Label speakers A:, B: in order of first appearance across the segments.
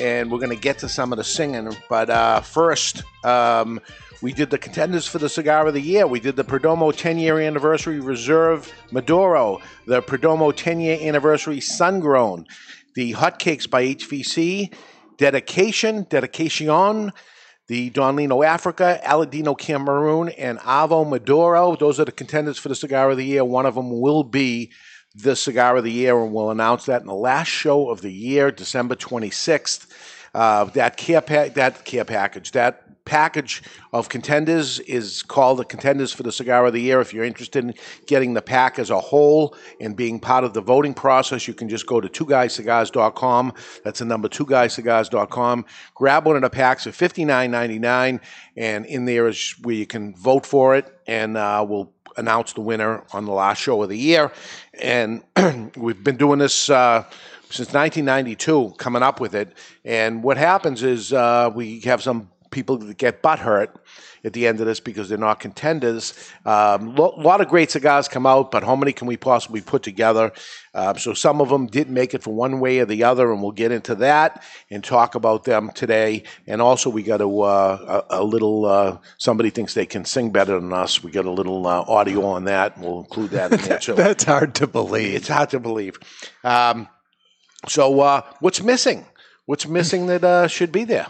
A: and we're going to get to some of the singing. But uh, first, um, we did the contenders for the cigar of the year. We did the Perdomo 10 year anniversary reserve Maduro, the Perdomo 10 year anniversary sun grown, the Hotcakes by HVC, Dedication, Dedication, the Donlino Africa, Aladino Cameroon, and Avo Maduro. Those are the contenders for the cigar of the year. One of them will be the cigar of the year, and we'll announce that in the last show of the year, December 26th. Uh, that care pa- that care package, that package of contenders is called the contenders for the cigar of the year. If you're interested in getting the pack as a whole and being part of the voting process, you can just go to two guyscigars.com. That's the number two guyscigars.com. Grab one of the packs at $59.99, and in there is where you can vote for it, and uh, we'll announce the winner on the last show of the year. And we've been doing this uh, since 1992, coming up with it. And what happens is uh, we have some people that get butt hurt at the end of this because they're not contenders. A lot of great cigars come out, but how many can we possibly put together? Uh, so some of them didn't make it for one way or the other, and we'll get into that and talk about them today. And also, we got a, uh, a, a little uh, somebody thinks they can sing better than us. We got a little uh, audio on that, and we'll include that in there too.
B: That's hard to believe.
A: It's hard to believe. Um, so, uh, what's missing? What's missing that uh, should be there?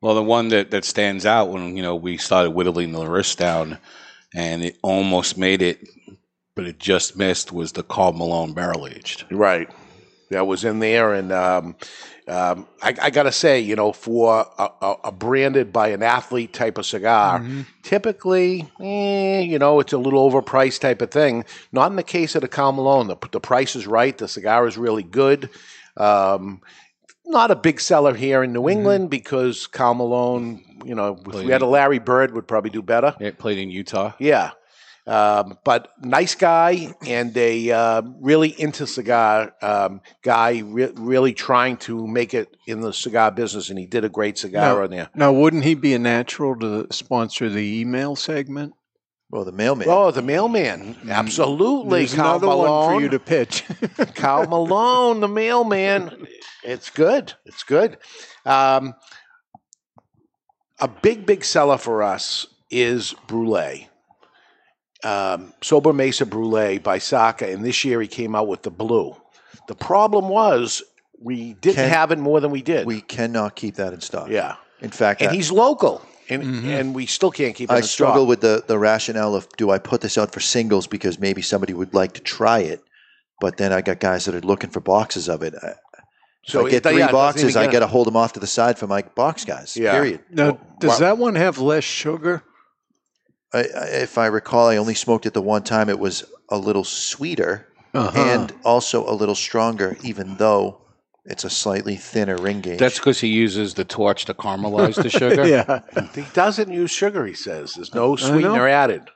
C: Well, the one that, that stands out when you know we started whittling the wrist down, and it almost made it, but it just missed was the Carl Malone barrel aged.
A: Right. That was in there, and um, um, I, I gotta say, you know, for a, a, a branded by an athlete type of cigar, typically, eh, you know, it's a little overpriced type of thing. Not in the case of the Cal Malone. The, the price is right. The cigar is really good. Um, not a big seller here in New England because Cal Malone, you know, if we had a Larry Bird, would probably do better.
C: It played in Utah.
A: Yeah. Um, but nice guy and a uh, really into cigar um, guy, re- really trying to make it in the cigar business, and he did a great cigar on there.
B: Now, wouldn't he be a natural to sponsor the email segment?
D: Well, the mailman.
A: Oh, the mailman! Absolutely,
B: There's
A: Cal
B: another
A: Malone.
B: one for you to pitch.
A: Cal Malone, the mailman. It's good. It's good. Um, a big, big seller for us is Brulee. Um, Sober Mesa Brulee by Saka, and this year he came out with the blue. The problem was we didn't
D: Ken-
A: have it more than we did.
D: We cannot keep that in stock.
A: yeah,
D: In fact,
A: and
D: I-
A: he's local, and
B: Mhm.
A: and we still can't keep it
D: Mm-hmm. I
A: in stock.
D: struggle with the, the rationale of do I put this out for singles because maybe somebody would like to try it, but then I got guys that are looking for boxes of it. I, so I
A: it-
D: get
A: yeah,
D: three
A: it doesn't
D: boxes,
A: even
D: I
A: get
D: got to hold them off to the side for my box guys.
A: Yeah.
D: Period.
B: now, does
A: Well-
B: that one have less sugar?
D: I, I, if I recall, I only smoked it the one time. It was a little sweeter
B: Uh-huh.
D: and also a little stronger, even though it's a slightly thinner ring gauge.
C: That's because he uses the torch to caramelize the sugar.
B: yeah,
A: He doesn't use sugar. He says there's no
B: know.
A: sweetener added.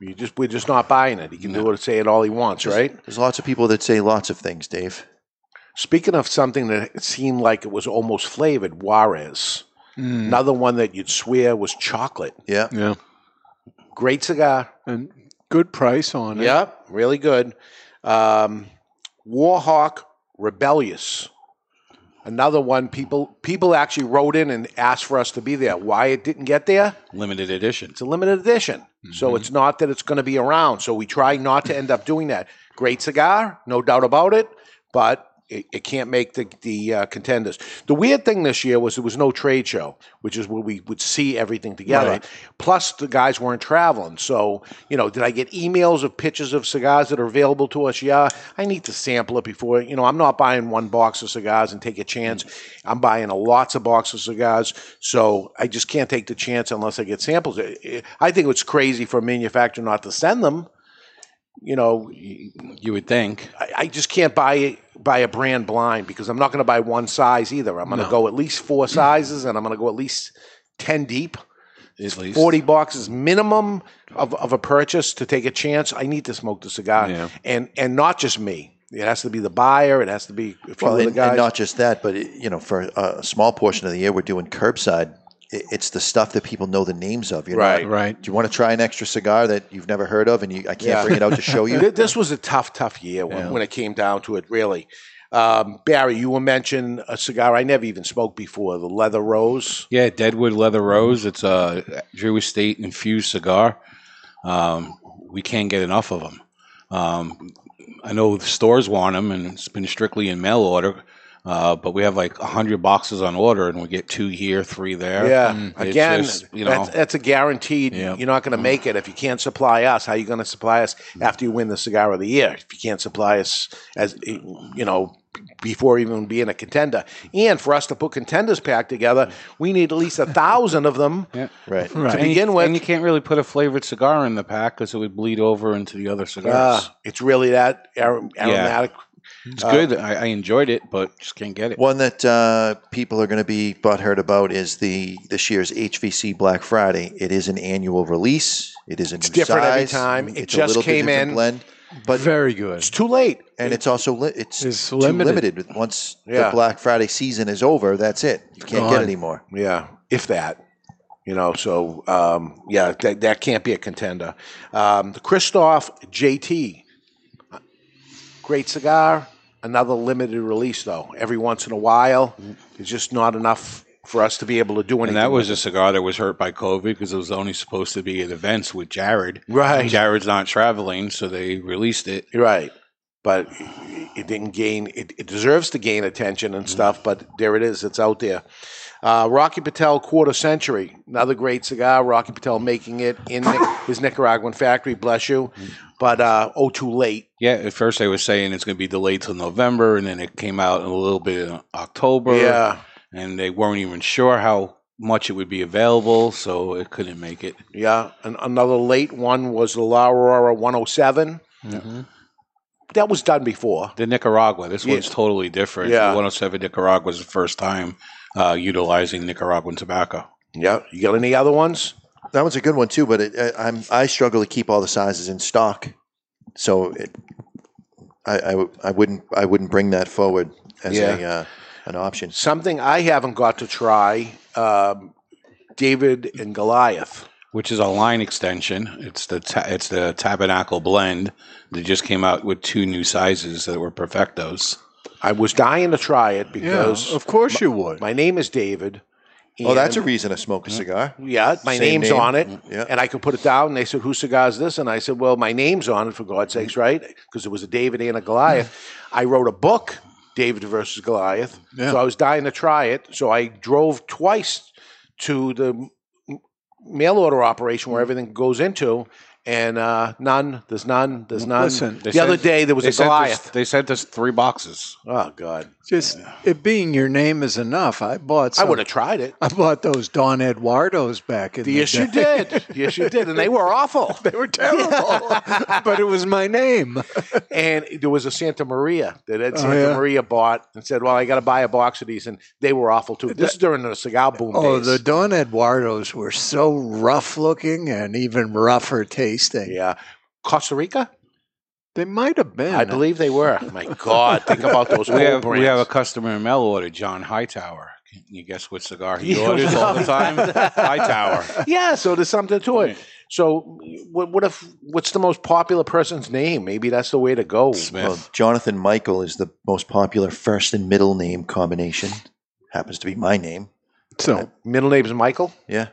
A: You just we're just not buying it. He can do it, say it all he wants, right?
D: There's lots of people that say lots of things, Dave.
A: Speaking of something that seemed like it was almost flavored, Juarez.
B: Mm,
A: Another one that you'd swear was chocolate.
D: Yeah.
B: yeah,
A: Great cigar.
B: and good price on it.
A: Yep, really good. Um, Warhawk Rebellious. Another one, people people actually wrote in and asked for us to be there. Why it didn't get there?
C: Limited edition.
A: It's a limited edition, so it's not that it's going to be around. So we try not to end up doing that. Great cigar, no doubt about it, but it, it can't make the the uh, contenders. The weird thing this year was there was no trade show, which is where we would see everything together.
C: Right.
A: Plus, the guys weren't traveling, so you know, did I get emails of pictures of cigars that are available to us? Yeah, I need to sample it before. You know, I'm not buying one box of cigars and take a chance. I'm buying a lots of boxes of cigars, so I just can't take the chance unless I get samples. I- I I think it's crazy for a manufacturer not to send them. You know,
C: You would think.
A: I, I just can't buy buy a brand blind because I'm not going to buy one size either. I'm going to
C: No.
A: go at least four sizes, and I'm going to go at least ten deep,
C: At least.
A: forty boxes minimum of, of a purchase to take a chance. I need to smoke the cigar,
C: Yeah.
A: and and not just me. It has to be the buyer. It has to be a few
E: Well,
A: other
E: and,
A: guys.
E: and not just that, but it, you know, for a small portion of the year, we're doing curbside. It, it's the stuff that people know the names of. You know,
A: Right.
C: Right.
E: Do you want to try an extra cigar that you've never heard of, and you, I can't
A: Yeah.
E: bring it out to show you?
A: Th- this was a tough, tough year when, when it came down to it, really. Um, Barry, you were mentioning a cigar I never even smoked before, the Leather Rose.
C: Yeah, Deadwood Leather Rose. It's a Drew Estate infused cigar. Um, we can't get enough of them. Um, I know the stores want them, and it's been strictly in mail order. Uh, but we have like hundred boxes on order, and we get two here, three there.
A: Yeah.
C: Mm, It's
A: Again,
C: just, you know,
A: that's, that's a guaranteed.
C: Yeah.
A: You're not going to make it if you can't supply us. How you going to supply us
C: Mm.
A: after you win the cigar of the year? If you can't supply us as eh, you know before even being a contender, and for us to put contenders pack together, we need at least a thousand of them.
C: Mm. yeah.
E: right.
C: To
A: begin with-
C: and you can't really put a flavored cigar in the pack because it would bleed over into the other cigars.
A: Uh, it's really that ar- aromatic. ah.
C: it's good. I, I enjoyed it, but just can't get it.
E: One that uh, people are going to be butthurt about is the this year's HVC Black Friday. It is an annual release. It is a new
A: different every
E: size.
A: time. It
E: It's
A: just
E: a little bit
A: came
E: different
A: in.
E: blend, but
B: Very good.
A: It's too late.
E: and it's also li- it's,
B: It's
E: too
B: limited.
E: limited. Once
A: Yeah.
E: the Black Friday season is over, that's it. You can't get
B: Gone.
E: any more.
A: Yeah, if that. You know, so um, yeah, that, that can't be a contender. Um, Christoph JT, great cigar. Another limited release though. Every once in a while, it's just not enough for us to be able to do anything.
C: And that was a cigar that was hurt by COVID because it was only supposed to be at events with Jared.
A: Right.
C: Jared's not traveling, so they released it.
A: You're right, but it didn't gain. It, it deserves to gain attention
B: Mm-hmm.
A: and stuff. But there it is. It's out there. Uh, Rocky Patel Quarter Century, another great cigar. Rocky Patel making it in Ni- his Nicaraguan factory. Bless you,
B: Mm-hmm.
A: but uh, oh, too late.
C: Yeah, at first they were saying it's going to be delayed till November, and then it came out a little bit in October.
A: Yeah,
C: And they weren't even sure how much it would be available, so it couldn't make it.
A: yeah. An- another late one was the La Aurora 107. That was done before.
C: The Nicaragua, this
A: Mm-hmm. Yeah.
C: one's totally different.
A: Yeah.
C: The 107 Nicaragua was the first time uh, utilizing Nicaraguan tobacco.
A: Yeah. You got any other ones?
E: That one's a good one too, but it, I, I'm I struggle to keep all the sizes in stock, so it, I, I w- I wouldn't I wouldn't bring that forward as a
A: Yeah.
E: uh, an option.
A: Something I haven't got to try. Um, David and Goliath.
C: which is a line extension. It's the ta- it's the Tabernacle blend. They just came out with two new sizes that were perfectos.
A: I was dying to try it
B: Yeah,
A: because
B: of course you would.
A: my name is David.
E: Oh, that's a
A: and-
E: reason to smoke a cigar.
A: yeah. My
E: Same
A: name's
E: name.
A: on it,
E: Yeah.
A: and I could put it down. And they said, "Whose cigar is this?" And I said, "Well, my name's on it for God's sakes, right?" Because it was a David and a Goliath. I wrote a book, David versus Goliath.
B: Yeah.
A: So I was dying to try it. So I drove twice to the m- mail order operation where everything goes into. And uh, none, there's none, there's none.
B: Listen,
A: the
C: they
A: other
C: sent-
A: day there was
C: they
A: a
C: sent us-
A: Goliath.
C: they sent us three boxes.
A: Oh God,
B: Just it being your name is enough. I bought.
A: I
B: Some,
A: would have tried it.
B: I bought those Don Eduardo's back in the,
A: Yes, you
B: day.
A: did. Yes, you did. And they were awful.
B: They were terrible, but it was my name.
A: And there was a Santa Maria that Ed
B: Oh,
A: Santa
B: yeah.
A: Maria bought and said, Well, I got to buy a box of these. And they were awful too. This is during the cigar boom
B: Oh,
A: days.
B: the Don Eduardo's were so rough looking and even rougher tasting.
A: yeah. Costa Rica?
B: They might have been.
A: I believe they were. My God, think about those
C: We have,
A: brands.
C: we have a customer in mail order, John Hightower. Can you guess what cigar he
A: Yeah,
C: orders all the
A: well-
C: time? Hightower.
A: yeah, so there's something to it. So, what, what if what's the most popular person's name? Maybe that's the way to go.
C: Smith.
E: Well, Jonathan Michael is the most popular first and middle name combination. Happens to be my name.
B: So,
A: Middle name's Michael.
E: Yeah.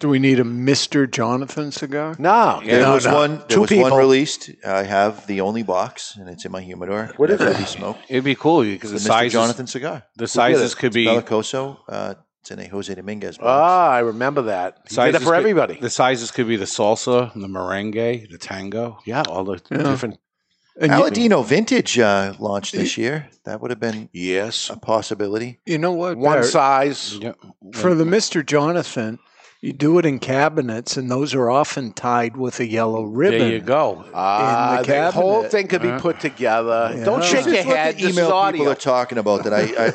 B: do we need a Mister Jonathan cigar?
A: No,
C: Yeah,
E: there
B: no,
E: was
B: no.
E: one. There
A: Two
E: was one
A: people.
E: released. I have the only box, and it's in my humidor.
A: What is
E: Never
A: it?
E: to Be smoked.
C: It'd be cool because the,
E: The Mr.
C: sizes,
E: Jonathan cigar.
C: the sizes
E: it.
C: could be
E: Belicoso. Uh, it's in a Jose Dominguez box.
A: Ah, I remember that. He did
C: Sizes
A: it for
C: could-
A: everybody.
C: the sizes could be the salsa, the merengue, the tango. Yeah, all the
B: Yeah.
C: different.
B: And you,
E: Aladino Vintage uh, launched this year. That would have been
A: Yes,
E: a possibility.
B: you know what?
A: one
B: Barrett?
A: size.
C: Yeah,
B: for the Mister Jonathan, you do it in cabinets, and those are often tied with a yellow ribbon.
C: there you go.
A: Ah,
B: the
A: the whole
B: cabinet.
A: thing could be
C: Uh.
A: put together.
B: Yeah.
A: Don't
B: This
A: shake
B: is
A: your
E: That's what
A: head.
E: the
A: This is
E: email people
A: audio.
E: are talking about. That I, I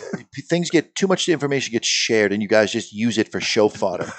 E: things get too much information gets shared, and you guys just use it for show fodder.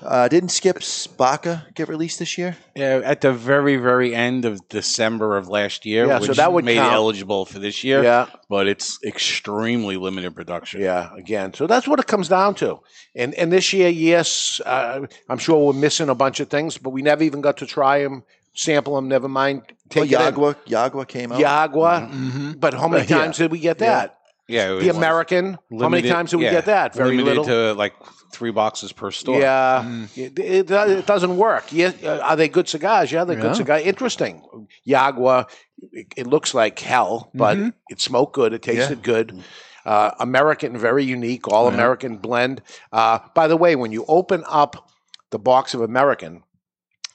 E: Uh, didn't Skip Baca get released this year?
C: Yeah, at the very, very end of December of last year,
A: Yeah, so
C: which
A: that would
C: made
A: count.
C: it eligible for this year.
A: yeah,
C: but it's extremely limited production.
A: yeah. Again, so that's what it comes down to. And and this year, yes, uh, I'm sure we're missing a bunch of things, but we never even got to try them, sample them. Never mind. Take it
E: well,
A: in.
E: Yagua, Yagua came out.
A: Yagua.
B: hmm
A: But how many
B: Yeah.
A: times did we get that?
C: Mm-hmm. yeah. it was
A: The American. how many
C: limited-
A: times did we
C: yeah,
A: get that? Very
C: limited
A: little.
C: to like three boxes per store.
A: Yeah,
B: Mm.
A: it, it, it doesn't work. Yeah, uh, are they good cigars? Yeah, they're
B: Yeah.
A: good cigars. Interesting. Yagua, it, it looks like hell, but
B: Mhm.
A: it smoked good. It tasted good. Uh, American, very unique, all
C: Yeah.
A: American blend. Uh, by the way, when you open up the box of American,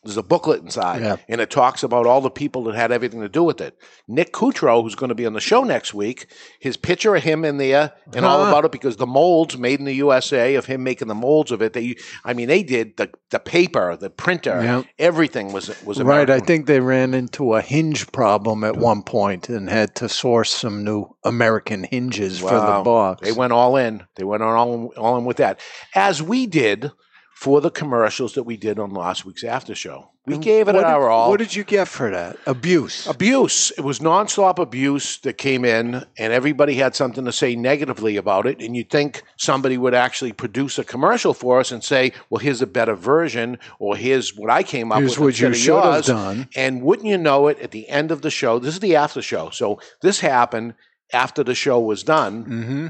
A: there's a booklet inside,
B: Yeah.
A: and it talks about all the people that had everything to do with it. Nick Kutro, who's going to be on the show next week, his picture of him in there and all
B: Huh.
A: about it because the molds made in the USA of him making the molds of it. They, I mean, they did the the paper, the printer,
B: Yeah.
A: everything was was
B: Right. I
A: American.
B: think they ran into a hinge problem at one point and had to source some new American hinges for
A: Wow.
B: the box.
A: They went all in. They went on all, all in with that, as we did for the commercials that we did on last week's after show. We
B: And
A: gave it
B: what did-
A: our all.
B: What did you get for that? Abuse.
A: abuse. It was nonstop abuse that came in, and everybody had something to say negatively about it. And you'd think somebody would actually produce a commercial for us and say, "Well, here's a better version," or "Here's what I came up
B: Here's
A: with."
B: what you
A: instead
B: should
A: of
B: have
A: yours."
B: done.
A: And wouldn't you know it, at the end of the show, this is the after show. So this happened after the show was done
B: Mm-hmm.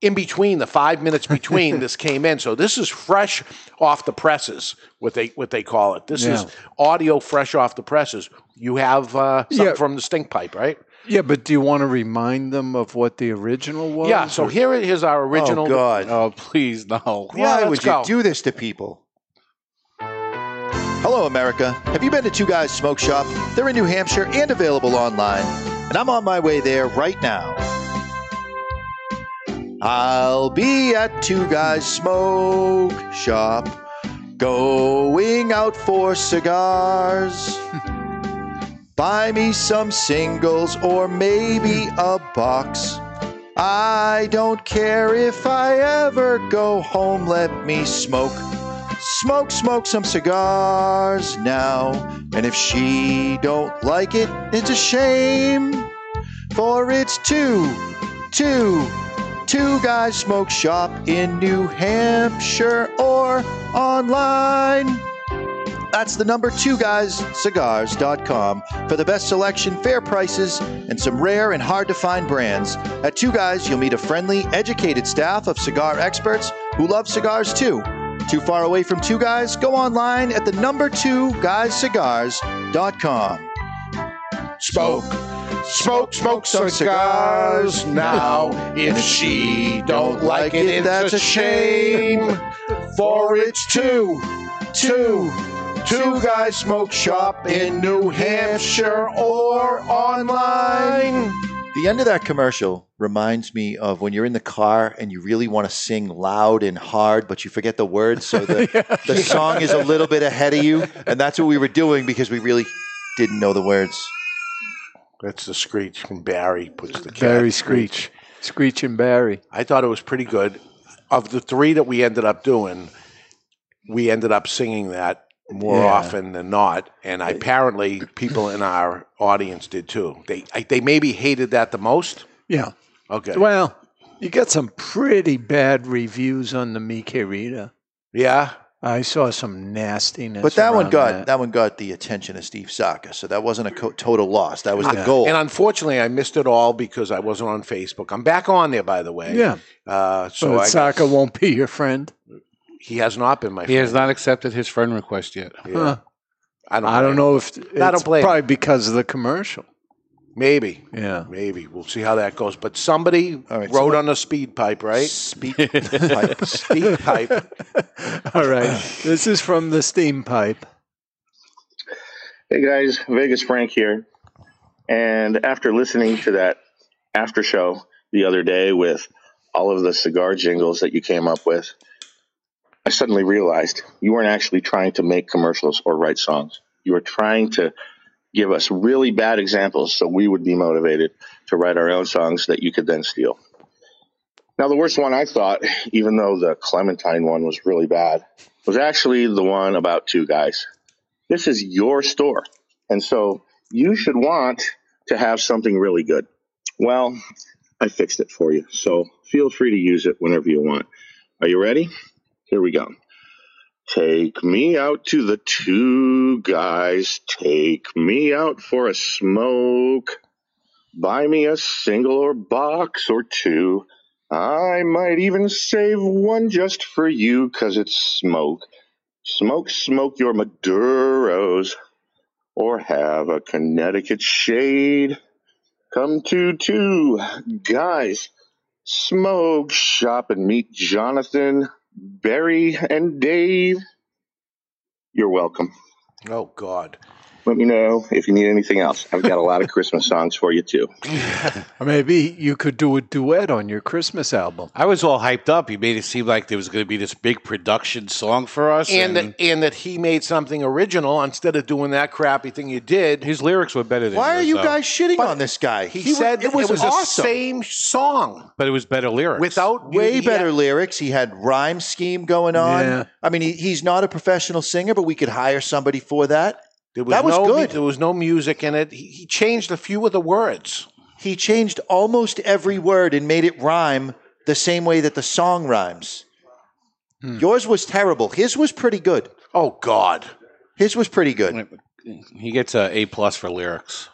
A: in between the five minutes between this came in. So this is fresh off the presses, what they what they call it. This is
B: Yeah.
A: audio fresh off the presses. You have uh, something
B: Yeah.
A: from the stink pipe, right?
B: Yeah, but do you want to remind them of what the original was?
A: yeah. So
B: or-
A: here it is, our original.
E: Oh God!
C: Oh, please no.
A: Yeah,
E: Why
A: let's
E: would
A: go.
E: you do this to people? Hello, America. Have you been to Two Guys Smoke Shop? They're in New Hampshire and available online, and I'm on my way there right now. I'll be at Two Guys Smoke Shop, going out for cigars. Buy me some singles or maybe a box. I don't care if I ever go home, let me smoke. Smoke, smoke some cigars now. And if she don't like it, it's a shame. For it's two, two, two guys smoke shop in New Hampshire or online. That's the number two guys, cigars.com, for the best selection, fair prices, and some rare and hard to find brands. At Two Guys, you'll meet a friendly, educated staff of cigar experts who love cigars too. Too far away from Two Guys? Go online at the number two guys, cigars.com.
A: Smoke, smoke, smoke some cigars now. If she don't like it, it's
E: That's
A: a
E: a
A: shame. For it's two, two, two guys smoke shop in New Hampshire or online.
E: The end of that commercial reminds me of when you're in the car and you really want to sing loud and hard, but you forget the words, so the, the song is a little bit ahead of you. And that's what we were doing because we really didn't know the words.
A: That's the screech when Barry puts the cat.
B: Barry Screech. Screech and Barry.
A: I thought it was pretty good. Of the three that we ended up doing, we ended up singing that more
B: Yeah.
A: often than not, and apparently people in our audience did too. They I, they maybe hated that the most.
B: Yeah.
A: Okay.
B: Well, you got some pretty bad reviews on the Mi Querida.
A: Yeah.
B: I saw some nastiness.
E: But that one
B: around
E: got that. one got the attention of Steve Saka, so that wasn't a co- total loss. That was the
B: Yeah.
E: goal.
A: And unfortunately, I missed it all because I wasn't on Facebook. I'm back on there, by the way.
B: Yeah,
A: Uh,
B: so
A: so I,
B: Saka won't be your friend.
A: he has not been my.
C: He has
A: friend.
C: not accepted his friend request yet.
A: Yeah.
B: Huh.
A: I don't.
B: I don't know if it's
A: I don't blame
B: probably because of the commercial.
A: Maybe.
B: Yeah,
A: Maybe we'll see how that goes. But somebody
E: All right,
A: rode on the speed pipe, right?
E: Speak pipe.
A: Speed pipe.
B: All right. This is from the steam pipe.
F: Hey guys, Vegas Frank here. And after listening to that after show the other day with all of the cigar jingles that you came up with, I suddenly realized you weren't actually trying to make commercials or write songs. You were trying to give us really bad examples so we would be motivated to write our own songs that you could then steal. Now, the worst one I thought, even though the Clementine one was really bad, was actually the one about two guys this is your store. And so you should want to have something really good. Well, I fixed it for you. So feel free to use it whenever you want. Are you ready? Here we go. Take me out to the two guys. Take me out for a smoke. Buy me a single or box or two. I might even save one just for you 'cause it's smoke. Smoke, smoke your Maduros, or have a Connecticut shade. Come to two guys, smoke shop and meet Jonathan, Barry, and Dave. You're welcome.
A: Oh God.
F: Let me know if you need anything else. I've got a lot of Christmas songs for you too.
B: Or maybe you could do a duet on your Christmas album.
C: I was all hyped up. He made it seem like there was going to be this big production song for us,
A: And
C: and,
A: that, and that he made something original instead of doing that crappy thing you did.
C: his lyrics were better than.
E: Why are
C: yours,
E: you
C: though.
E: guys shitting on this guy?
A: He,
E: wa-
A: said it was,
E: awesome.
A: the same song
C: But it was better lyrics.
A: without
E: Way
A: he-
E: better lyrics. He had rhyme scheme going on.
B: Yeah.
E: I mean, he, he's not a professional singer, but we could hire somebody for that.
A: There was
E: That was
A: no, mu-
E: good.
A: There was no music in it. He, he changed a few of the words.
E: He changed almost every word and made it rhyme the same way that the song rhymes.
A: Hmm.
E: Yours was terrible. His was pretty good.
A: Oh God.
E: His was pretty good.
C: He gets a A plus for lyrics.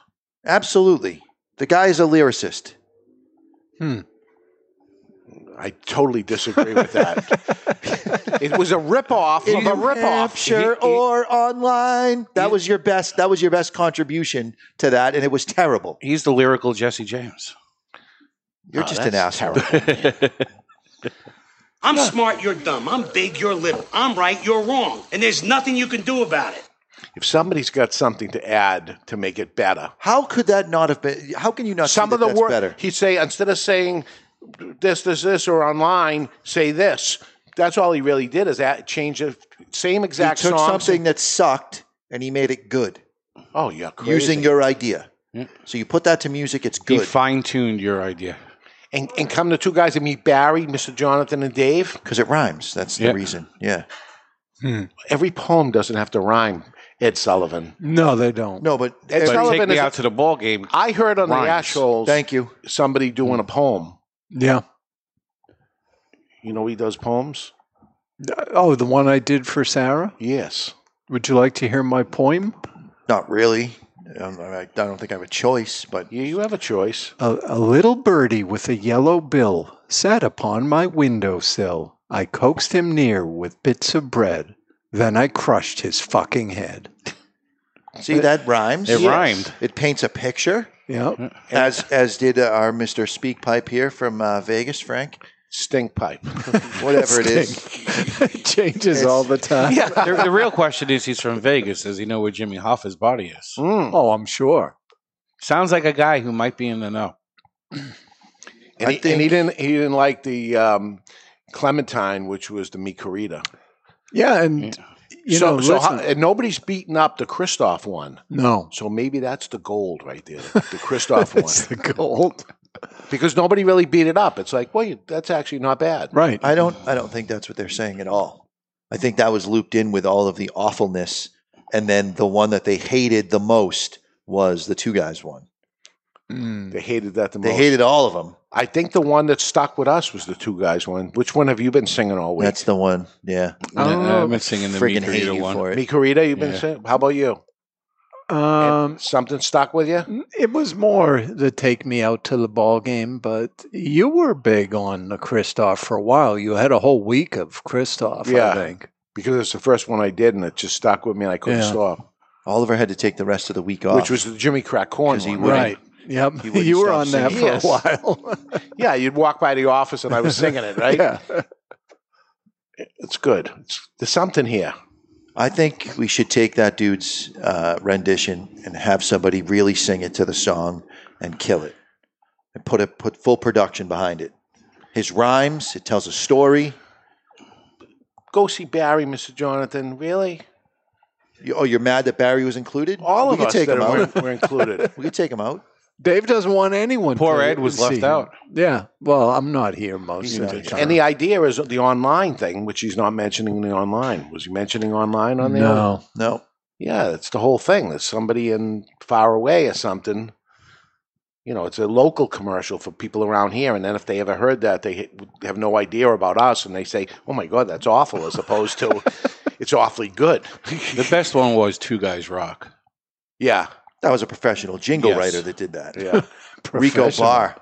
E: Absolutely. The guy is a lyricist.
A: I totally disagree with that. it was a ripoff
E: in
A: of a
E: New
A: ripoff.
E: Hampshire
C: He- he-
E: or online. That was your best. That was your best contribution to that, and it was terrible.
C: He's the lyrical Jesse James.
E: You're
A: Oh,
E: just an
A: that's
E: asshole.
G: I'm smart, you're dumb. I'm big, you're little. I'm right, you're wrong. And there's nothing you can do about it.
A: If somebody's got something to add to make it better,
E: How could that not have been? How can you not?
A: some
E: see
A: of
E: that
A: the
E: that's
A: words
E: better.
A: he'd say instead of saying this, this, this, or online, say this. That's all he really did is that change the same
E: He
A: exact
E: took
A: song.
E: something that sucked and he made it good
A: Oh, yeah, crazy. Hmm.
E: using your idea.
C: Yeah.
E: So you put that to music. It's
C: He
E: good.
C: fine tuned your idea.
A: and and come the two guys and meet Barry, Mr. Jonathan, and Dave.
E: because it rhymes. That's the
C: Yeah.
E: reason. Yeah.
A: Every poem doesn't have to rhyme. Ed Sullivan.
B: No, they don't.
E: No, but
A: Ed
C: But
A: Sullivan
C: take me
A: is.
C: out to the ball game.
A: I heard on
C: Rhymes.
A: the Ashholes
E: thank you. Hmm.
A: somebody doing a poem.
B: Yeah.
A: You know he does poems.
B: Oh, the one I did for Sarah?
A: Yes.
B: Would you like to hear my poem?
E: Not really. Um, I I don't think I have a choice, but
A: Yeah, you have a choice.
B: A, a little birdie with a yellow bill sat upon my window sill. I coaxed him near with bits of bread. Then I crushed his fucking head.
E: see that rhymes.
C: It rhymed.
E: It paints a picture.
B: Yeah.
E: as as did uh, our Mr. Speak Pipe here from uh, Vegas, Frank.
A: Stink pipe.
E: Whatever it is,
B: it changes all the time.
C: the, the real question is, he's from Vegas. Does he know where Jimmy Hoffa's body is?
E: Mm.
B: Oh, I'm sure.
C: Sounds like a guy who might be in the know.
A: And,
E: I
A: he, and
E: think-
A: he didn't. He didn't like the um, clementine, which was the micarita.
B: Yeah, and you
A: so,
B: know,
A: so
B: listen-
A: how, and nobody's beating up the Christoph one.
B: no,
A: So maybe that's the gold right there, the Christoph one,
B: it's the gold,
A: because nobody really beat it up. It's like, well, you, that's actually not bad.
B: right?
E: I don't I don't think that's what they're saying at all. I think that was looped in with all of the awfulness, and then the one that they hated the most was the two guys one.
B: Mm.
A: They hated that the
E: They
A: most.
E: hated all of them.
A: I think the one that stuck with us was the two guys one. Which one have you been singing all week?
E: That's the one. Yeah.
C: I, have been singing the
E: Friggin'
C: Meat
E: Oh, hate
C: Burrito
E: you
C: one.
E: for it.
A: Me, Corita, you've been
C: Yeah.
A: singing. How about you?
B: Um,
A: Something stuck with you?
B: it was more the take me out to the ball game, but you were big on the Kristoff for a while. You had a whole week of Kristoff,
A: Yeah.
B: I think.
A: Because it's the first one I did, and it just stuck with me, and I couldn't
B: Yeah.
A: stop.
E: Oliver had to take the rest of the week off.
A: Which was the Jimmy Crack Corn
E: 'Cause he
A: one,
E: wouldn't-
B: Right. Yep.
E: He wouldn't
B: You were
E: stop
B: on that
A: singing.
B: for
A: Yes.
B: a while.
A: Yeah, you'd walk by the office, and I was singing it. Right?
B: yeah.
A: It's good. It's, there's something here.
E: I think we should take that dude's uh, rendition and have somebody really sing it to the song and kill it, and put it put full production behind it. His rhymes, it tells a story.
A: Go see Barry, Mr. Jonathan. Really?
E: You, oh, you're mad that Barry was included?
A: All
E: we
A: of
E: could
A: us
E: take
A: that
E: him
A: are,
E: out.
A: were, were included.
E: We could take him out.
B: Dave doesn't want anyone.
C: Poor
B: to
C: Ed was
B: see
C: left
B: him.
C: out.
B: Yeah. Well, I'm not here most
E: He's
B: of
E: not
B: the
E: here.
B: time.
A: And the idea is the online thing, which he's not mentioning in the online. Was he mentioning online on the other?
B: no.
E: No,
A: Yeah, it's the whole thing. There's somebody in far away or something. You know, it's a local commercial for people around here. And then if they ever heard that, they ha- have no idea about us and they say, oh my God, that's awful, as opposed to it's awfully good.
C: The best one was Two Guys Rock.
A: yeah.
E: that was a professional jingle
C: Yes.
E: writer that did that.
A: Yeah.
E: Rico
B: Professional.
E: Barr,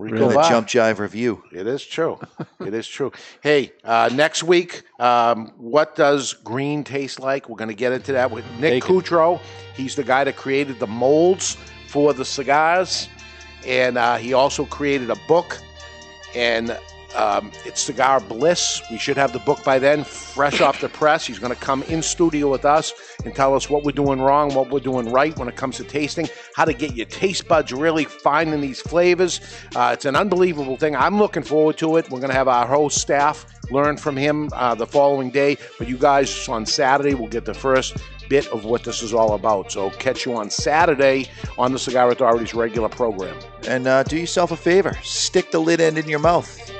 A: Rico
E: on the
A: Vaughn.
E: Jump Jive Review.
A: It is true. It is true. Hey, uh, next week, um, what does green taste like? We're going to get into that with Nick
C: Bacon.
A: Kutro. He's the guy that created the molds for the cigars, and uh, he also created a book, and um, it's Cigar Bliss. We should have the book by then, fresh off the press. He's going to come in studio with us and tell us what we're doing wrong, what we're doing right when it comes to tasting, how to get your taste buds really finding these flavors. Uh, it's an unbelievable thing. I'm looking forward to it. We're going to have our whole staff learn from him uh, the following day. But you guys on Saturday will get the first bit of what this is all about. So catch you on Saturday on the Cigar Authority's regular program.
E: And uh, do yourself a favor, stick the lid end in your mouth.